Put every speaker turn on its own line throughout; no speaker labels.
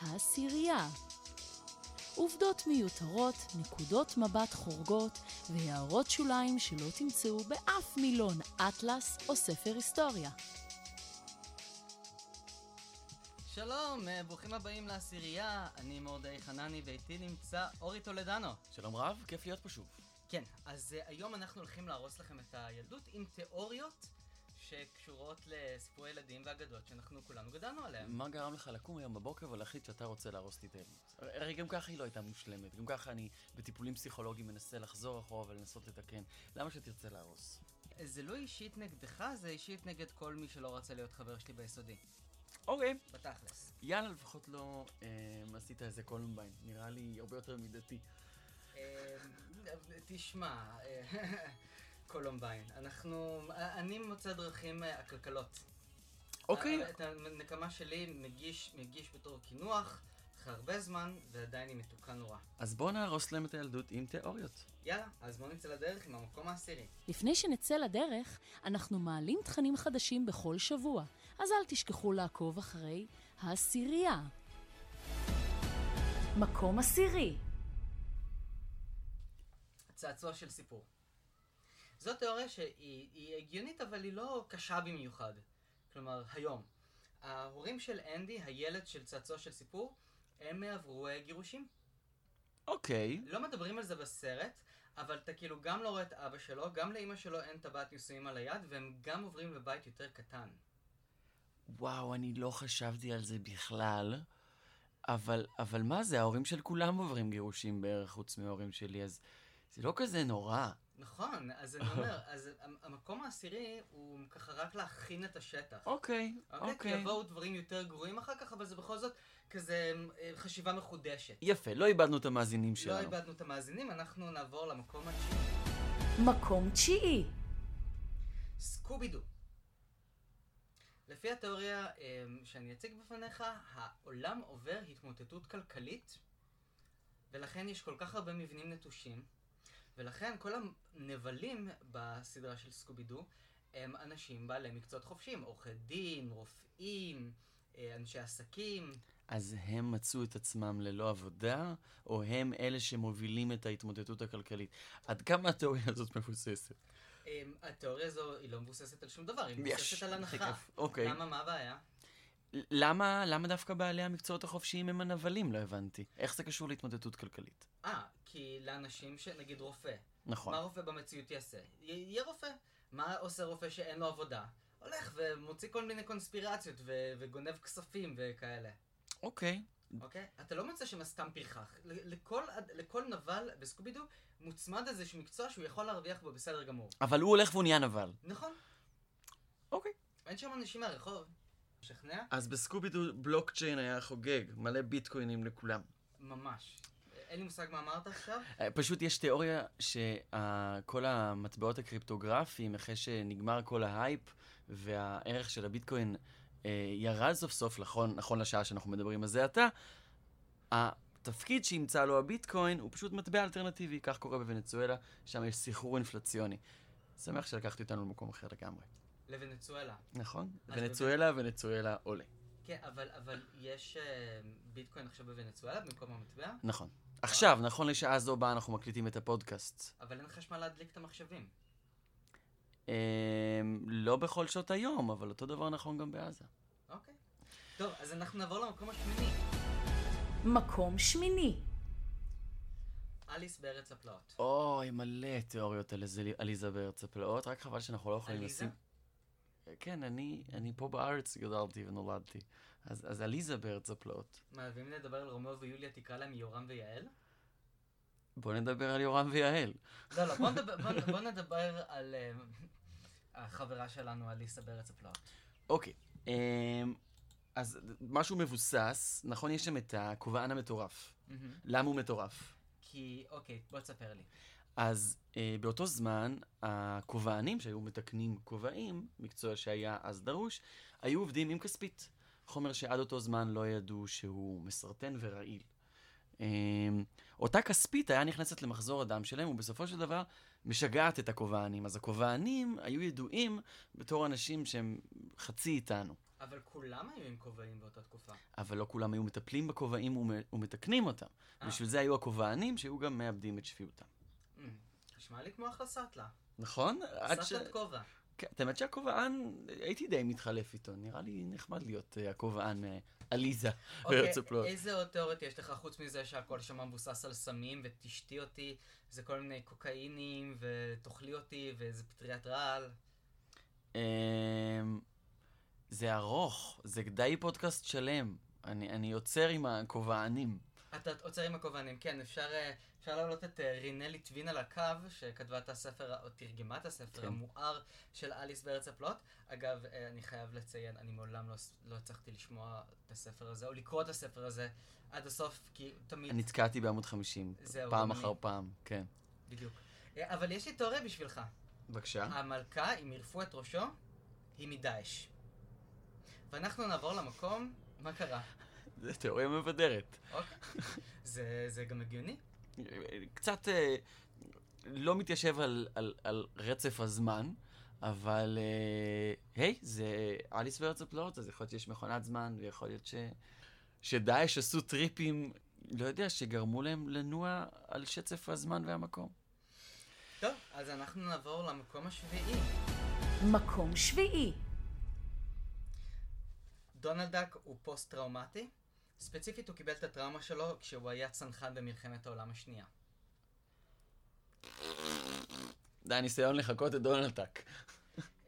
העשירייה. עובדות מיותרות, נקודות מבט חורגות והערות שוליים שלא תמצאו באף מילון אטלס או ספר היסטוריה.
שלום, אה, ברוכים הבאים לעשירייה, אני מורדי חנני ואיתי נמצא אורי טולדנו.
שלום רב, כיף להיות פה שוב.
כן, אז אה, היום אנחנו הולכים להרוס לכם את הילדות עם תיאוריות שקשורות לסיפורי ילדים ואגדות שאנחנו כולנו גדלנו עליהם.
מה גרם לך לקום היום בבוקר ולהחליט שאתה רוצה להרוס לי את האמוץ? הרי גם ככה היא לא הייתה מושלמת, גם ככה אני בטיפולים פסיכולוגיים מנסה לחזור אחורה ולנסות לתקן. למה שתרצה להרוס?
זה לא אישית נגדך, זה אישית נגד כל מי שלא רצה להיות חבר שלי ביסודי.
אוקיי.
בתכלס.
יאללה, לפחות לא אה, עשית איזה קולומביין, נראה לי הרבה יותר מידתי.
אה, תשמע, אה, קולומביין, אנחנו... אה, אני מוצא דרכים אה, עקלקלות.
אוקיי.
את הנקמה שלי מגיש, מגיש בתור קינוח, אחרי הרבה זמן, ועדיין היא מתוקה נורא.
אז בוא נהרוס להם את הילדות עם תיאוריות.
יאללה, אז בואו נצא לדרך עם המקום העשירי.
לפני שנצא לדרך, אנחנו מעלים תכנים חדשים בכל שבוע, אז אל תשכחו לעקוב אחרי העשירייה. מקום עשירי
צעצוע של סיפור. זו תיאוריה שהיא היא הגיונית, אבל היא לא קשה במיוחד. כלומר, היום. ההורים של אנדי, הילד של צעצוע של סיפור, הם עברו אה, גירושים.
אוקיי.
לא מדברים על זה בסרט, אבל אתה כאילו גם לא רואה את אבא שלו, גם לאימא שלו אין טבעת נישואים על היד, והם גם עוברים לבית יותר קטן.
וואו, אני לא חשבתי על זה בכלל. אבל, אבל מה זה, ההורים של כולם עוברים גירושים בערך חוץ מההורים שלי, אז זה לא כזה נורא.
נכון, אז אני אומר, אז המ- המקום העשירי הוא ככה רק להכין את השטח.
אוקיי,
כי
אוקיי.
יבואו דברים יותר גרועים אחר כך, אבל זה בכל זאת כזה אה, חשיבה מחודשת.
יפה, לא איבדנו את המאזינים
לא
שלנו.
איבדנו את המאזינים, אנחנו נעבור למקום התשיעי.
מקום תשיעי
סקובי דו. לפי התיאוריה אה, שאני אציג בפניך, העולם עובר התמוטטות כלכלית, ולכן יש כל כך הרבה מבנים נטושים, ולכן כל הנבלים בסדרה של סקובי דו הם אנשים בעלי מקצועות חופשיים, עורכי דין, רופאים, אה, אנשי עסקים.
אז הם מצאו את עצמם ללא עבודה, או הם אלה שמובילים את ההתמודדות הכלכלית? עד כמה התיאוריה הזאת מבוססת?
אה, התיאוריה הזו היא לא מבוססת על שום דבר, היא
יש,
מבוססת על
הכי
הנחה.
כיף. אוקיי.
למה, מה הבעיה?
למה, למה דווקא בעלי המקצועות החופשיים הם הנבלים? לא הבנתי. איך זה קשור להתמודדות כלכלית?
אה, כי לאנשים ש... נגיד רופא.
נכון.
מה רופא במציאות יעשה? י- יהיה רופא. מה עושה רופא שאין לו עבודה? הולך ומוציא כל מיני קונספירציות ו... וגונב כספים וכאלה.
אוקיי.
אוקיי? אתה לא מוצא שם סתם פרחח. ל- לכל, אד- לכל נבל בסקובידו מוצמד איזשהו מקצוע שהוא יכול להרוויח בו בסדר גמור.
אבל הוא הולך והוא נהיה נבל.
נכון.
אוקיי.
אין שם אנשים מהרחוב. משכנע?
אז בסקובידו בלוקצ'יין היה חוגג, מלא ביטקוינים לכולם.
ממש. אין לי מושג מה אמרת עכשיו.
אה, פשוט יש תיאוריה שכל המטבעות הקריפטוגרפיים, אחרי שנגמר כל ההייפ והערך של הביטקוין אה, ירד סוף סוף, נכון, נכון לשעה שאנחנו מדברים על זה עתה, התפקיד שימצא לו הביטקוין הוא פשוט מטבע אלטרנטיבי, כך קורה בוונצואלה, שם יש סחרור אינפלציוני. שמח שלקחתי אותנו למקום אחר לגמרי.
לוונצואלה.
נכון?
אז
ונצואלה, ונצואלה עולה.
כן, אבל, אבל יש אה, ביטקוין עכשיו בוונצואלה במקום המטבע?
נכון. עכשיו, נכון לשעה זו בה אנחנו מקליטים את הפודקאסט.
אבל אין חשמל להדליק את המחשבים.
אמ, לא בכל שעות היום, אבל אותו דבר נכון גם בעזה.
אוקיי. טוב, אז אנחנו נעבור למקום השמיני.
מקום שמיני
אליס בארץ הפלאות.
אוי, מלא תיאוריות על איזה עליזה בארץ הפלאות, רק חבל שאנחנו לא יכולים
עליזה?
לשים... כן, אני, אני פה בארץ גדלתי ונולדתי. אז, אז עליזה בארץ הפלאות.
מה, ואם נדבר על רומאו ויוליה תקרא להם יורם ויעל?
בואו נדבר על יורם ויעל.
לא, לא, בוא נדבר, בוא, בוא נדבר על אה, החברה שלנו, אליסה בארץ הפלאות.
אוקיי, אמ, אז משהו מבוסס, נכון, יש שם את הכובען המטורף. למה הוא מטורף?
כי, אוקיי, בוא תספר לי.
אז אה, באותו זמן, הכובענים שהיו מתקנים כובעים, מקצוע שהיה אז דרוש, היו עובדים עם כספית. חומר שעד אותו זמן לא ידעו שהוא מסרטן ורעיל. אה, אותה כספית היה נכנסת למחזור הדם שלהם, ובסופו של דבר משגעת את הכובענים. אז הכובענים היו ידועים בתור אנשים שהם חצי איתנו.
אבל כולם היו עם כובעים באותה תקופה.
אבל לא כולם היו מטפלים בכובעים ומ- ומתקנים אותם.
אה.
בשביל זה היו הכובענים שהיו גם מאבדים את שפיותם.
Mm, נשמע לי כמו אחלה סאטלה.
נכון? עד ש...
סאטלת כובע.
כן, את האמת שהכובען, הייתי די מתחלף איתו. נראה לי נחמד להיות אה, הכובען אה, עליזה בארץ הפלאות.
אוקיי, איזה עוד תיאוריות יש לך חוץ מזה שהכל שם מבוסס על סמים ותשתי אותי, זה כל מיני קוקאינים ותאכלי אותי ואיזה פטריית רעל.
אמ, זה ארוך, זה די פודקאסט שלם. אני, אני יוצר עם הכובענים.
אתה עוצר עם הכובענים, כן, אפשר, אה, אפשר להעלות את אה, רינלי טווין על הקו, שכתבה את הספר, או תרגמה את הספר
כן.
המואר של אליס בארץ הפלאות. אגב, אה, אני חייב לציין, אני מעולם לא, ס- לא הצלחתי לשמוע את הספר הזה, או לקרוא את הספר הזה עד הסוף, כי תמיד,
אני נתקעתי בעמוד 50,
זהו,
פעם
גם
אחר
אני.
פעם, כן.
בדיוק. אה, אבל יש לי תיאוריה בשבילך.
בבקשה.
המלכה, אם ירפו את ראשו, היא מדאעש. ואנחנו נעבור למקום, מה קרה?
זו תיאוריה מבדרת.
אוקיי. זה, זה גם הגיוני?
קצת אה, לא מתיישב על, על, על רצף הזמן, אבל אה, היי, זה אליס בארץ הפלאות, אז יכול להיות שיש מכונת זמן, ויכול להיות ש... שדאעש עשו טריפים, לא יודע, שגרמו להם לנוע על שצף הזמן והמקום.
טוב, אז אנחנו נעבור למקום השביעי.
מקום שביעי,
דונלד דאק הוא פוסט-טראומטי. ספציפית הוא קיבל את הטראומה שלו כשהוא היה צנחן במלחמת העולם השנייה.
זה היה ניסיון לחקות את דונלד טאק.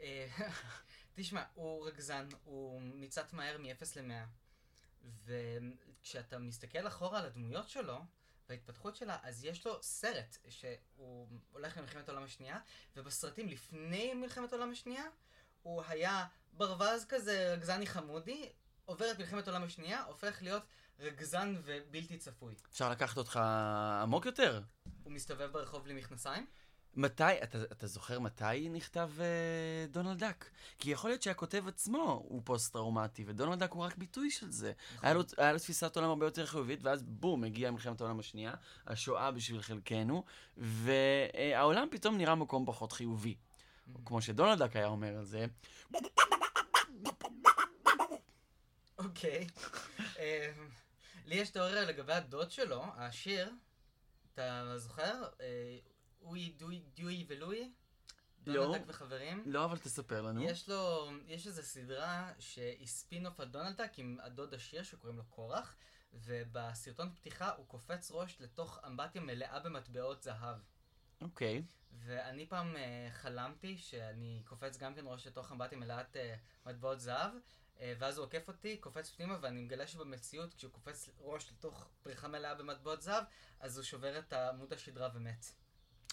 אה, תשמע, הוא רגזן, הוא ניצת מהר מ-0 ל-100. וכשאתה מסתכל אחורה על הדמויות שלו, וההתפתחות שלה, אז יש לו סרט שהוא הולך למלחמת העולם השנייה, ובסרטים לפני מלחמת העולם השנייה, הוא היה ברווז כזה רגזני חמודי, עובר את מלחמת העולם השנייה, הופך להיות רגזן ובלתי צפוי.
אפשר לקחת אותך עמוק יותר.
הוא מסתובב ברחוב בלי מכנסיים?
מתי, אתה, אתה זוכר מתי נכתב אה, דונלד דאק? כי יכול להיות שהכותב עצמו הוא פוסט-טראומטי, ודונלד דאק הוא רק ביטוי של זה. היה לו, היה לו תפיסת עולם הרבה יותר חיובית, ואז בום, הגיעה מלחמת העולם השנייה, השואה בשביל חלקנו, והעולם פתאום נראה מקום פחות חיובי. או כמו שדונלד דאק היה אומר על זה,
אוקיי. אה, לי יש תיאוריה לגבי הדוד שלו, העשיר. אתה זוכר? אה, אוי, דוי, דיוי ולואי?
לא.
דונלדק וחברים?
לא, אבל תספר לנו.
יש לו, יש איזו סדרה שהיא ספינוף על דונלדק עם הדוד עשיר שקוראים לו קורח, ובסרטון פתיחה הוא קופץ ראש לתוך אמבטיה מלאה במטבעות זהב.
אוקיי.
ואני פעם אה, חלמתי שאני קופץ גם כן ראש לתוך אמבטיה מלאת אה, מטבעות זהב, אה, ואז הוא עוקף אותי, קופץ פנימה, ואני מגלה שבמציאות, כשהוא קופץ ראש לתוך פריחה מלאה במטבעות זהב, אז הוא שובר את עמוד השדרה ומת.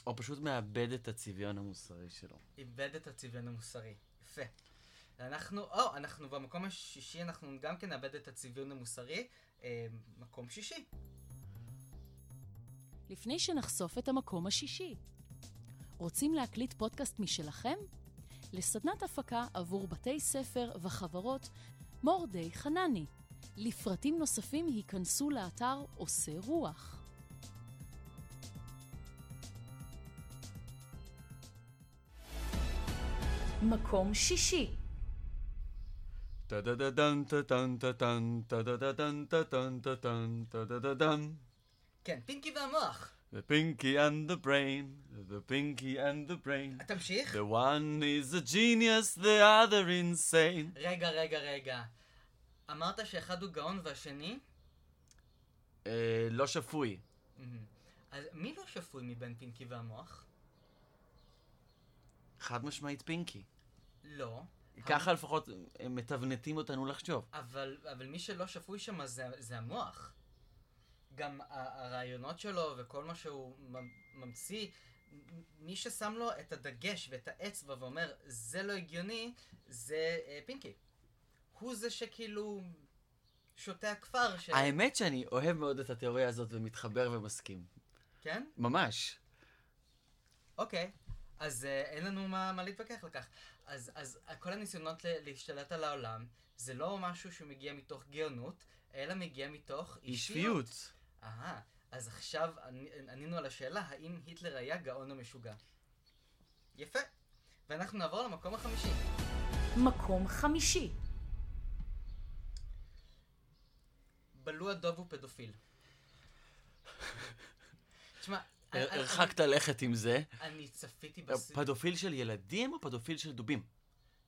או פשוט מאבד את הצביון המוסרי שלו.
איבד את הצביון המוסרי. יפה. אנחנו, או, אנחנו במקום השישי, אנחנו גם כן נאבד את הצביון המוסרי. אה, מקום שישי.
לפני שנחשוף את המקום השישי. רוצים להקליט פודקאסט משלכם? לסדנת הפקה עבור בתי ספר וחברות מורדי חנני. לפרטים נוספים היכנסו לאתר עושה רוח. מקום שישי
טה-טה-טה-טן, טה-טן-טה-טן, טה-טה-טה-טן, טה-טן-טה-טן, טה-טה-טה-טן.
כן, פינקי והמוח.
The pinky and the brain, the pinky and the brain.
תמשיך.
The one is a genius, the other insane.
רגע, רגע, רגע. אמרת שאחד הוא גאון והשני?
אה, לא שפוי.
מהמם. אז מי לא שפוי מבין פינקי והמוח?
חד משמעית פינקי.
לא.
ככה לפחות הם מתבנתים אותנו לחשוב.
אבל, אבל מי שלא שפוי שם זה, זה המוח. גם ה- הרעיונות שלו וכל מה שהוא ממ- ממציא, מ- מי ששם לו את הדגש ואת האצבע ואומר, זה לא הגיוני, זה אה, פינקי. הוא זה שכאילו שותה הכפר, ש...
האמת שאני אוהב מאוד את התיאוריה הזאת ומתחבר ומסכים.
כן?
ממש.
אוקיי. אז אה, אין לנו מה, מה להתווכח לכך. אז, אז כל הניסיונות ל- להשתלט על העולם, זה לא משהו שמגיע מתוך גאונות, אלא מגיע מתוך
אי
אישיות.
שפיות.
אהה, אז עכשיו עני- ענינו על השאלה האם היטלר היה גאון או משוגע. יפה. ואנחנו נעבור למקום החמישי.
מקום חמישי
בלו הדוב הוא פדופיל. תשמע, אני- אני-
הרחקת אה, לכת עם זה.
אני צפיתי בסרט.
פדופיל של ילדים או פדופיל של דובים?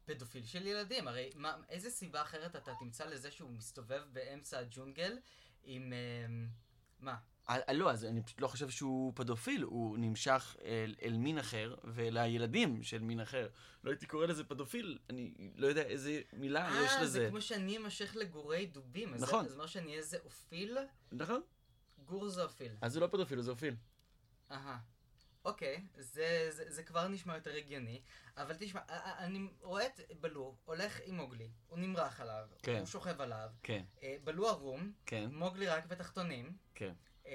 פדופיל של ילדים, הרי מה, איזה סיבה אחרת אתה תמצא לזה שהוא מסתובב באמצע הג'ונגל עם... אמ, מה?
אה, אה, לא, אז אני פשוט לא חושב שהוא פדופיל, הוא נמשך אל, אל מין אחר ולילדים של מין אחר. לא הייתי קורא לזה פדופיל, אני לא יודע איזה מילה יש
אה,
לזה.
זה כמו שאני אמשך לגורי דובים. אז
נכון.
זה אומר שאני איזה אופיל?
נכון?
גור זה אופיל.
אז זה לא פדופיל, זה אופיל.
אהה. אוקיי, זה, זה, זה כבר נשמע יותר הגיוני, אבל תשמע, א- א- אני רואה את בלו הולך עם מוגלי, הוא נמרח עליו,
כן.
הוא שוכב עליו,
כן,
אה, בלו ערום,
כן,
מוגלי רק בתחתונים,
כן.
אמ,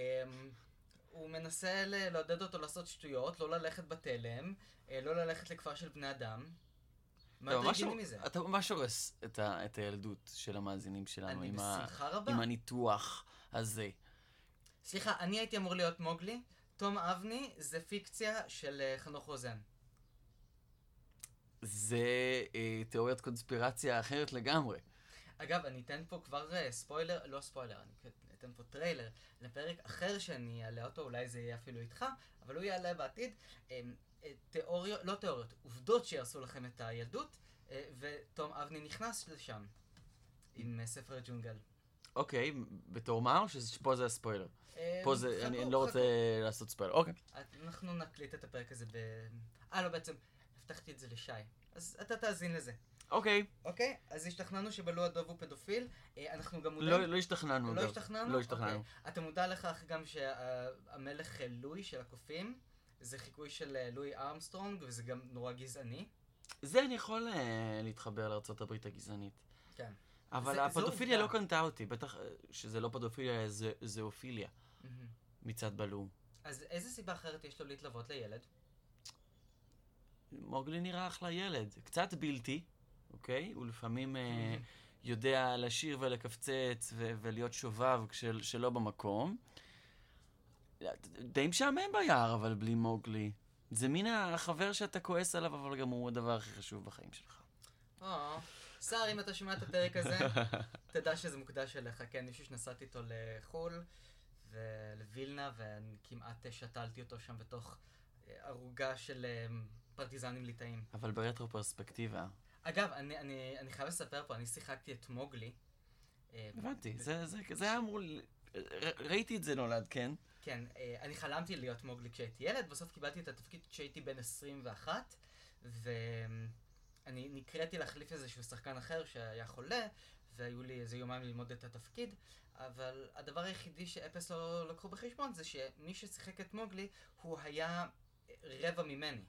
הוא מנסה ל- לעודד אותו לעשות שטויות, לא ללכת בתלם, אה, לא ללכת לכפר של בני אדם. מה
אתה
יותר
ממש-
הגיוני מזה?
אתה ממש הורס את ה- את הילדות של המאזינים שלנו
אני
עם ה-
בשמחה רבה.
עם הניתוח הזה.
סליחה, אני הייתי אמור להיות מוגלי, תום אבני זה פיקציה של אה, חנוך רוזן.
זה אה, תיאוריית קונספירציה אחרת לגמרי.
אגב, אני אתן פה כבר אה, ספוילר, לא ספוילר, אני כ- אתן פה טריילר לפרק אחר שאני אעלה אותו, אולי זה יהיה אפילו איתך, אבל הוא יעלה בעתיד. אה, אה, תיאוריות, לא תיאוריות, עובדות שיעשו לכם את הילדות, אה, ותום אבני נכנס לשם עם אה, ספר הג'ונגל.
אוקיי, בתור מה או שפה זה הספוילר?
אה,
פה זה,
חכו,
אני לא רוצה לעשות ספוילר. אוקיי.
חכו. אה, אנחנו נקליט את הפרק הזה ב... אה, לא, בעצם, הבטחתי את זה לשי. אז אתה תאזין לזה,
אוקיי.
אוקיי? אז השתכנענו שבלו הדוב הוא פדופיל, אה, אנחנו גם מודעים...
לא לא השתכנענו,
לא
אגב.
השתכנענו?
לא השתכנענו.
אוקיי. אתה מודע לכך גם שהמלך לואי של הקופים, זה חיקוי של אה, לואי ארמסטרונג, וזה גם נורא גזעני.
זה אני יכול אה, להתחבר לארה"ב הגזענית.
כן.
אבל
זה- זו
הפדופיליה לא
עובדה.
קנתה אותי, בטח אה, שזה לא פדופיליה, זה זואופיליה
מהמם.
מצד בלום.
אז איזה סיבה אחרת יש לו להתלוות לילד?
מוגלי נראה אחלה ילד, קצת בלתי, אוקיי? הוא לפעמים אה,
מהמם.
יודע לשיר ולקפצץ ו- ולהיות שובב כשל- שלא במקום. די משעמם ביער, אבל בלי מוגלי. זה מין החבר שאתה כועס עליו, אבל גם הוא הדבר הכי חשוב בחיים שלך.
או, שר, אם אתה שומע את הפרק הזה, תדע שזה מוקדש אליך. כן, מישהו שנסעתי איתו לחו"ל ולווילנה, וכמעט אה, שתלתי אותו שם בתוך אה, ערוגה של אה, פרטיזנים ליטאים.
אבל ברטרו פרספקטיבה,
אגב, אני, אני, אני חייב לספר פה, אני שיחקתי את מוגלי. אה,
הבנתי, זה, זה, זה היה אמור... ל- ר- ראיתי את זה נולד, כן?
כן, אה, אני חלמתי להיות מוגלי כשהייתי ילד, בסוף קיבלתי את התפקיד כשהייתי בן 21, ואני נקראתי להחליף איזשהו שחקן אחר שהיה חולה, והיו לי איזה יומיים ללמוד את התפקיד, אבל הדבר היחידי שאפס לא לקחו בחשבון זה שמי ששיחק את מוגלי, הוא היה רבע ממני.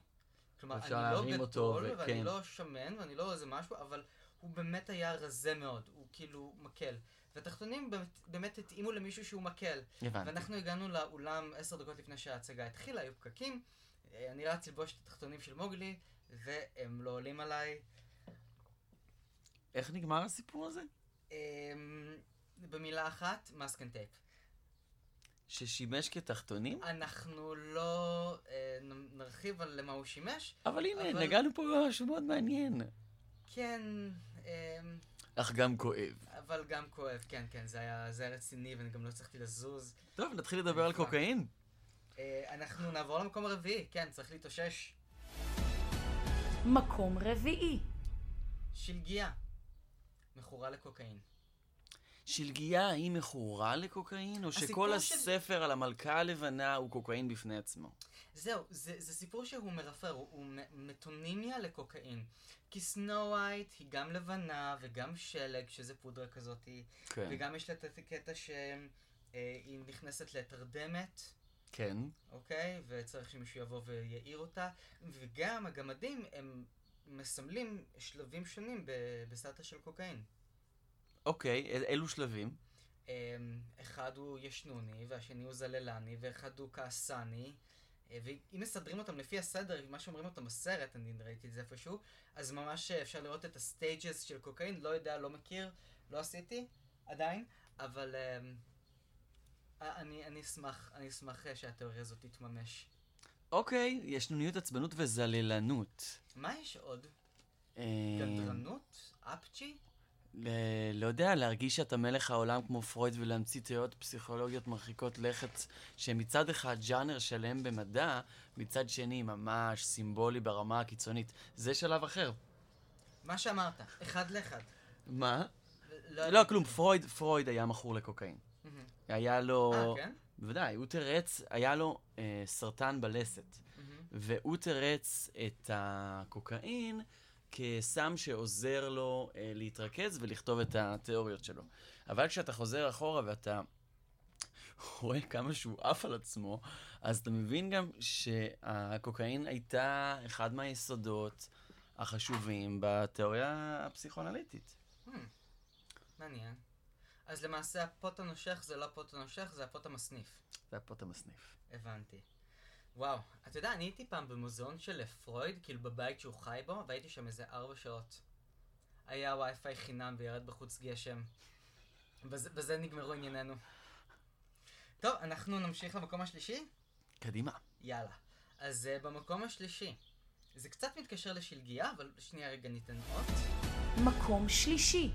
כלומר, אני
אפשר
לא
להרים
גדול,
אותו, ו-
ואני
כן.
לא שמן, ואני לא איזה משהו, אבל הוא באמת היה רזה מאוד, הוא כאילו מקל. והתחתונים באמת- באמת התאימו למישהו שהוא מקל.
הבנתי.
ואנחנו הגענו לאולם עשר דקות לפני שההצגה התחילה, היו פקקים, אה, אני רץ ללבוש את התחתונים של מוגלי, והם לא עולים עליי.
איך נגמר הסיפור הזה?
אמ, במילה אחת, מאסק אנד טייפ.
ששימש כתחתונים?
אנחנו לא אה, נ- נרחיב על למה הוא שימש,
אבל הנה,
אבל-
נגענו פה במשהו מאוד מעניין.
כן, אמ,
אך גם כואב.
אבל גם כואב, כן, כן, זה היה, זה היה רציני ואני גם לא הצלחתי לזוז.
טוב, נתחיל לדבר על
נפלא.
קוקאין.
אה, אנחנו נעבור למקום הרביעי, כן, צריך להתאושש.
מקום רביעי,
שלגיה, מכורה לקוקאין.
שלגיה היא מכורה לקוקאין, או שכל
הסיפור של-
הספר על המלכה הלבנה הוא קוקאין בפני עצמו?
זהו, זה, זה סיפור שהוא מרפא, הוא, הוא מ- מטונימיה לקוקאין. כי סנו ווייט היא גם לבנה וגם שלג, שזה פודרה כזאתי,
כן.
וגם יש לה את הקטע שהיא נכנסת לתרדמת,
כן.
אוקיי? וצריך שמישהו יבוא ויעיר אותה, וגם הגמדים הם מסמלים שלבים שונים ב- בסטטה של קוקאין.
אוקיי, אל- אלו שלבים.
אמ, אחד הוא ישנוני, והשני הוא זללני, ואחד הוא כעסני. אה, ואם מסדרים אותם לפי הסדר, מה שאומרים אותם בסרט, אני ראיתי את זה איפשהו, אז ממש אה, אפשר לראות את הסטייג'ס של קוקאין, לא יודע, לא מכיר, לא עשיתי, עדיין, אבל אמ, אה, אני, אני אשמח, אני אשמח אה, שהתיאוריה הזאת תתממש.
אוקיי, ישנוניות עצבנות וזללנות.
מה יש עוד?
אה,
גנדרנות? אפצ'י?
ל- לא יודע, להרגיש שאתה מלך העולם כמו פרויד ולהמציא תיאוריות פסיכולוגיות מרחיקות לכת, שמצד אחד ג'אנר שלם במדע, מצד שני ממש סימבולי ברמה הקיצונית. זה שלב אחר.
מה שאמרת, אחד לאחד.
מה?
לא,
לא, כלום, פרויד, פרויד היה מכור לקוקאין.
מהמם.
היה לו...
אה, כן?
בוודאי, הוא תרץ, היה לו אה, סרטן בלסת.
מהמם.
והוא תרץ את הקוקאין כסם שעוזר לו אה, להתרכז ולכתוב את התיאוריות שלו. אבל כשאתה חוזר אחורה ואתה רואה כמה שהוא עף על עצמו, אז אתה מבין גם שהקוקאין הייתה אחד מהיסודות החשובים בתיאוריה הפסיכואנליטית.
Hmm, מעניין. אז למעשה הפוט הנושך זה לא הפוט הנושך, זה הפוט המסניף.
זה היה פה אתה מסניף.
הבנתי. וואו, אתה יודע, אני הייתי פעם במוזיאון של פרויד, כאילו בבית שהוא חי בו, והייתי שם איזה ארבע שעות. היה וי-פיי חינם וירד בחוץ גשם. בזה, בזה נגמרו ענייננו. טוב, אנחנו נמשיך למקום השלישי?
קדימה.
יאללה. אז uh, במקום השלישי. זה קצת מתקשר לשלגיה, אבל שנייה רגע ניתן אות.
מקום שלישי,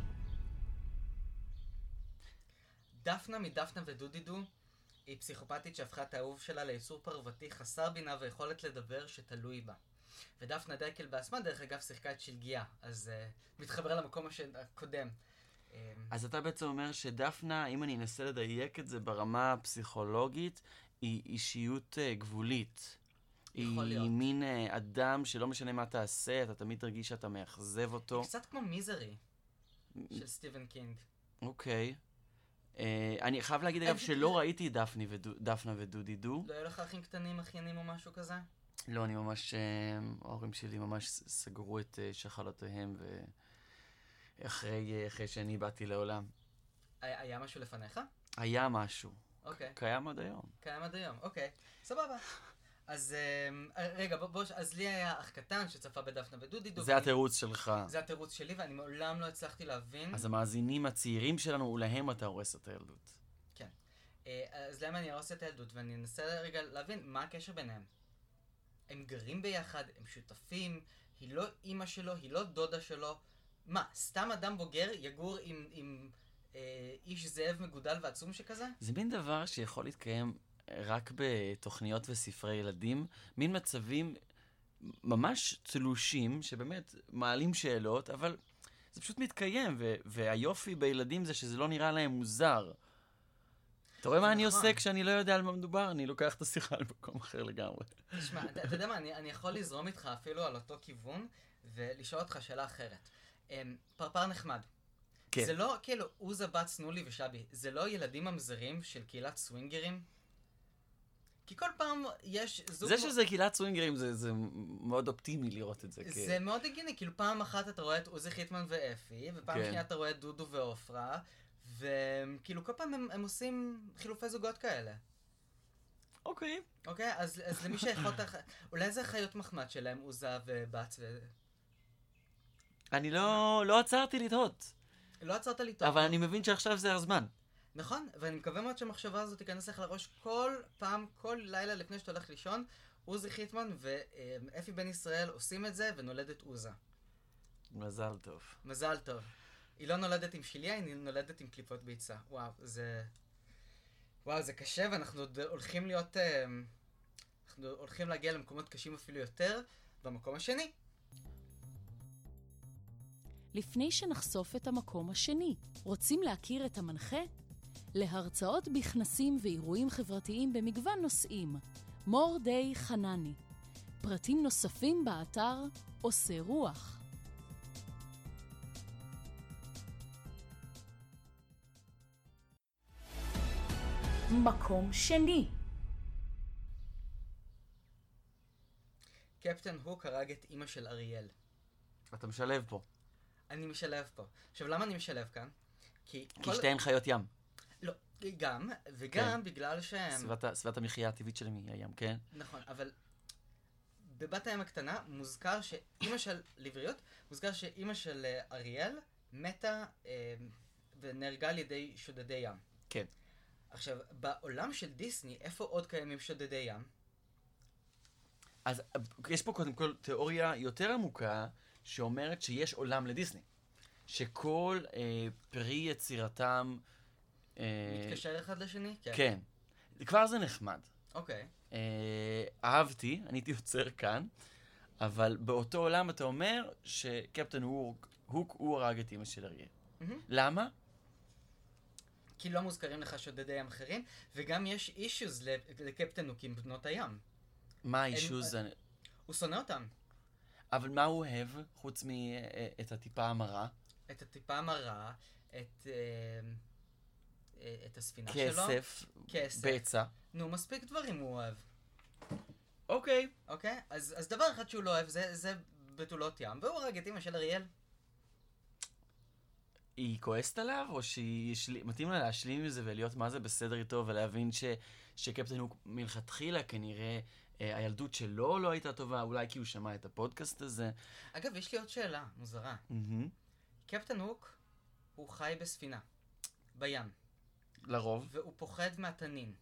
דפנה מדפנה ודודידו היא פסיכופתית שהפכה את האהוב שלה ליצור פרוותי חסר בינה ויכולת לדבר שתלוי בה. ודפנה דקל בעצמה, דרך אגב, שיחקה את שלגיה, אז uh, מתחבר למקום הש... הקודם. Um,
אז אתה בעצם אומר שדפנה, אם אני אנסה לדייק את זה ברמה הפסיכולוגית, היא אישיות אה, גבולית.
יכול
היא
להיות.
מין אה, אדם שלא משנה מה תעשה, אתה תמיד תרגיש שאתה מאכזב אותו.
קצת כמו מיזרי של סטיבן קינג.
אוקיי. אה, אני חייב להגיד, אגב,
אה,
שלא ראיתי דפני ודו- דפנה ודודי דו.
לא היו לך אחים קטנים, אחיינים או משהו כזה?
לא, אני ממש... אה, ההורים שלי ממש ס- סגרו את אה, שחלותיהם, ו... אחרי, אה, אחרי שאני באתי לעולם.
היה, היה משהו לפניך?
היה משהו.
אוקיי.
קיים עד היום.
קיים עד היום, אוקיי, סבבה. אז אמ, רגע, בוא, בוא, אז לי היה אח קטן שצפה בדפנה ודודידו.
זה התירוץ שלך.
זה התירוץ שלי, ואני מעולם לא הצלחתי להבין.
אז המאזינים הצעירים שלנו, ולהם אתה הורס את הילדות.
אה, אז למה אני ארוס את הילדות? ואני אנסה רגע להבין מה הקשר ביניהם. הם גרים ביחד, הם שותפים, היא לא אימא שלו, היא לא דודה שלו. מה, סתם אדם בוגר יגור עם, עם אה, איש זאב מגודל ועצום שכזה?
זה מין דבר שיכול להתקיים רק בתוכניות וספרי ילדים, מין מצבים ממש צלושים, שבאמת מעלים שאלות, אבל זה פשוט מתקיים, ו- והיופי בילדים זה שזה לא נראה להם מוזר. אתה רואה
זה
מה אני
נכון.
עושה כשאני לא יודע על מה מדובר? אני לוקח את השיחה למקום אחר לגמרי.
תשמע, אתה אתה יודע מה, אני, אני יכול לזרום איתך אפילו על אותו כיוון, ולשאול אותך שאלה אחרת. אמ, פרפר נחמד.
כן.
זה לא כאילו עוזה בת סנולי ושבי, זה לא ילדים ממזרים של קהילת סווינגרים? כי כל פעם יש זוג...
זה
מ-
שזה קהילת סווינגרים, זה, זה מאוד אופטימי לראות את זה. כן. כ-
זה מאוד הגיוני, כאילו פעם אחת אתה רואה את עוזי חיטמן ואפי, ופעם
כן.
שנייה אתה רואה את דודו ועופרה, וכאילו כל פעם הם, הם עושים חילופי זוגות כאלה.
אוקיי.
אוקיי? אז, אז למי שיכולת... אולי זה חיות מחמד שלהם, עוזה ובת ו...
אני לא, לא עצרתי לתהות.
לא עצרת לי טוב.
אבל אני מבין שעכשיו זה הזמן.
נכון, ואני מקווה מאוד שהמחשבה הזאת תיכנס לך לראש כל פעם, כל לילה לפני שאתה הולך לישון. עוזי חיטמן ואפי בן ישראל עושים את זה, ונולדת עוזה.
מזל טוב.
מזל טוב. היא לא נולדת עם שליה, היא נולדת עם קליפות ביצה. וואו, זה... וואו, זה קשה, ואנחנו עוד הולכים להיות... אה, אנחנו הולכים להגיע למקומות קשים אפילו יותר, במקום השני.
לפני שנחשוף את המקום השני. רוצים להכיר את המנחה? להרצאות בכנסים ואירועים חברתיים במגוון נושאים. מורדי חנני. פרטים נוספים באתר עושה רוח. מקום שני,
קפטן הוק הרג את אימא של אריאל.
אתה משלב פה.
אני משלב פה. עכשיו, למה אני משלב כאן? כי...
כי שתיהן חיות ים.
לא, גם, וגם בגלל שהם...
סביבת ה- סביבת המחיה הטבעית שלהם היא הים, כן?
נכון, אבל בבת הים הקטנה מוזכר שאימא של, לבריות, מוזכר שאימא של אה, אריאל מתה אה, ונהרגה על ידי שודדי ים.
כן.
עכשיו, בעולם של דיסני, איפה עוד קיימים שודדי ים?
אז אה, יש פה קודם כל תיאוריה יותר עמוקה, שאומרת שיש עולם לדיסני. שכל אה, פרי יצירתם... אה,
מתקשר אחד לשני?
כן. כבר זה נחמד.
אוקיי.
אה, אהבתי, אני הייתי עוצר כאן, אבל באותו עולם אתה אומר שקפטן הוק, הוק הוא הרג את אימא של אריאל.
מהמם.
למה?
כי לא מוזכרים לך שודדי ים אחרים, וגם יש אישוז לקפטן הוק עם בנות הים.
מה האישוז?
אין- הוא שונא אותם.
אבל מה הוא אוהב, חוץ מאת הטיפה המרה?
את הטיפה המרה, את... אה, אה, את הספינה שלו.
כסף,
כסף.
בצע.
נו, מספיק דברים הוא אוהב,
אוקיי.
אוקיי? אז, אז דבר אחד שהוא לא אוהב זה, זה בתולות ים, והוא הרג את אימא של אריאל.
היא כועסת עליו, או שהיא... ישל- מתאים לה להשלים עם זה ולהיות מה זה בסדר איתו, ולהבין ש... שקפטן הוק מלכתחילה כנראה... אה, הילדות שלו לא הייתה טובה, אולי כי הוא שמע את הפודקאסט הזה.
אגב, יש לי עוד שאלה מוזרה.
מהמם.
קפטן הוק, הוא חי בספינה, בים,
לרוב.
והוא פוחד מהתנין.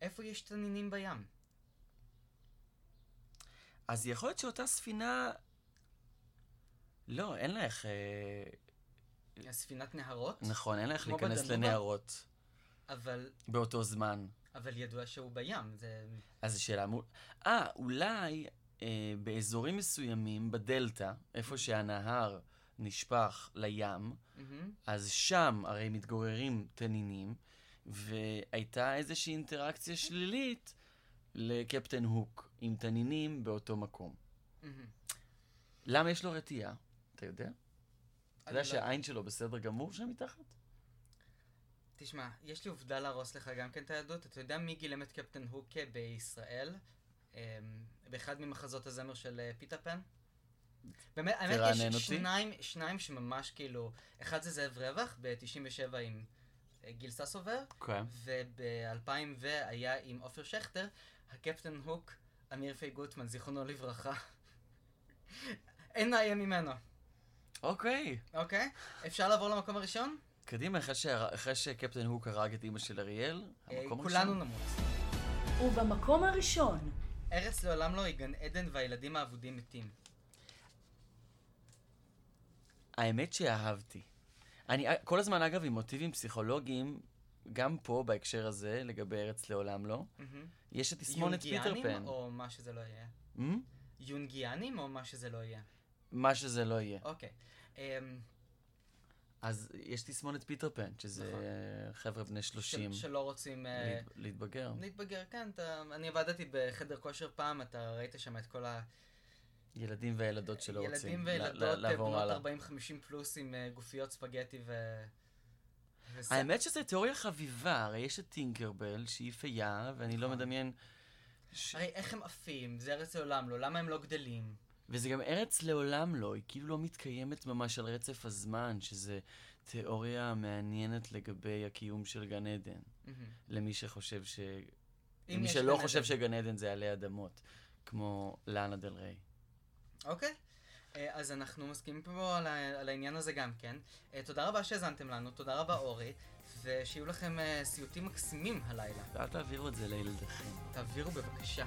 איפה יש תנינים בים?
אז יכול להיות שאותה ספינה... לא, אין לה איך... אה,
ספינת נהרות?
נכון, אין לה איך
כמו
להיכנס
בדנובה?
לנהרות
אבל,
באותו זמן.
אבל ידוע שהוא בים, זה...
אז זו שאלה מול... אה, אולי אה, באזורים מסוימים, בדלתא, איפה שהנהר נשפך לים,
מהמם.
אז שם הרי מתגוררים תנינים, והייתה איזושהי אינטראקציה שלילית לקפטן הוק עם תנינים באותו מקום.
מהמם.
למה יש לו רתיעה? אתה יודע? אתה
אני לא-
יודע שהעין שלו בסדר גמור שם מתחת?
תשמע, יש לי עובדה להרוס לך גם כן את היהדות. אתה יודע מי גילם את קפטן הוק בישראל? אמ, באחד ממחזות הזמר של אה, פיטר פן? באמת, האמת
תרענן
יש
אותי.
שניים, שניים שממש כאילו, אחד זה זאב רווח ב-97 עם אה, גיל ססובר,
כן.
וב-2000 והיה עם עופר שכטר, הקפטן הוק, אמיר פי גוטמן, זיכרונו לברכה. אין מאיים ממנו,
אוקיי.
אוקיי? אפשר לעבור למקום הראשון?
קדימה, אחרי, שהר... אחרי שקפטן הוק הרג את אימא של אריאל,
אה,
המקום
כולנו
הראשון.
נמות.
ובמקום הראשון,
ארץ לעולם לא היא גן עדן והילדים האבודים מתים.
האמת שאהבתי. אני אה, כל הזמן, אגב, עם מוטיבים פסיכולוגיים, גם פה, בהקשר הזה, לגבי ארץ לעולם לא,
מהמם.
יש את תסמונת פיטר
יונגיאנים
פן.
או מה שזה לא יהיה?
Hmm?
יונגיאנים או מה שזה לא יהיה?
מה שזה לא יהיה.
אוקיי. אמ,
אז יש תסמונת פיטר פן, שזה
נכון.
אה, חבר'ה בני 30,
של- שלא רוצים... אה,
להת- להתבגר.
להתבגר, כן, אתה... אני עבדתי בחדר כושר פעם, אתה ראית שם את כל ה...
ילדים וילדות שלא רוצים
ילדים
ל- ל-
וילדות אה,
לעבור הלאה.
בנות 40-50 פלוס עם אה, גופיות ספגטי ו... וס-
האמת שזו תיאוריה חביבה, הרי יש את טינקרבל, שהיא פייה, ואני לא
נכון.
מדמיין... ש-
הרי איך הם עפים? זה ארץ לעולם לא, למה הם לא גדלים?
וזה גם ארץ לעולם לא, היא כאילו לא מתקיימת ממש על רצף הזמן, שזה תיאוריה מעניינת לגבי הקיום של גן עדן.
מהמם.
למי שחושב ש...
אם
למי
יש
שלא
גן
חושב
עדן.
שגן עדן זה עלי אדמות, כמו לאנה דל ריי.
אוקיי. אה, אז אנחנו מסכימים פה על, ה- על העניין הזה גם כן. אה, תודה רבה שהאזנתם לנו, תודה רבה אורי, ושיהיו לכם אה, סיוטים מקסימים הלילה.
ואל תעבירו את זה לילדיכם.
תעבירו בבקשה.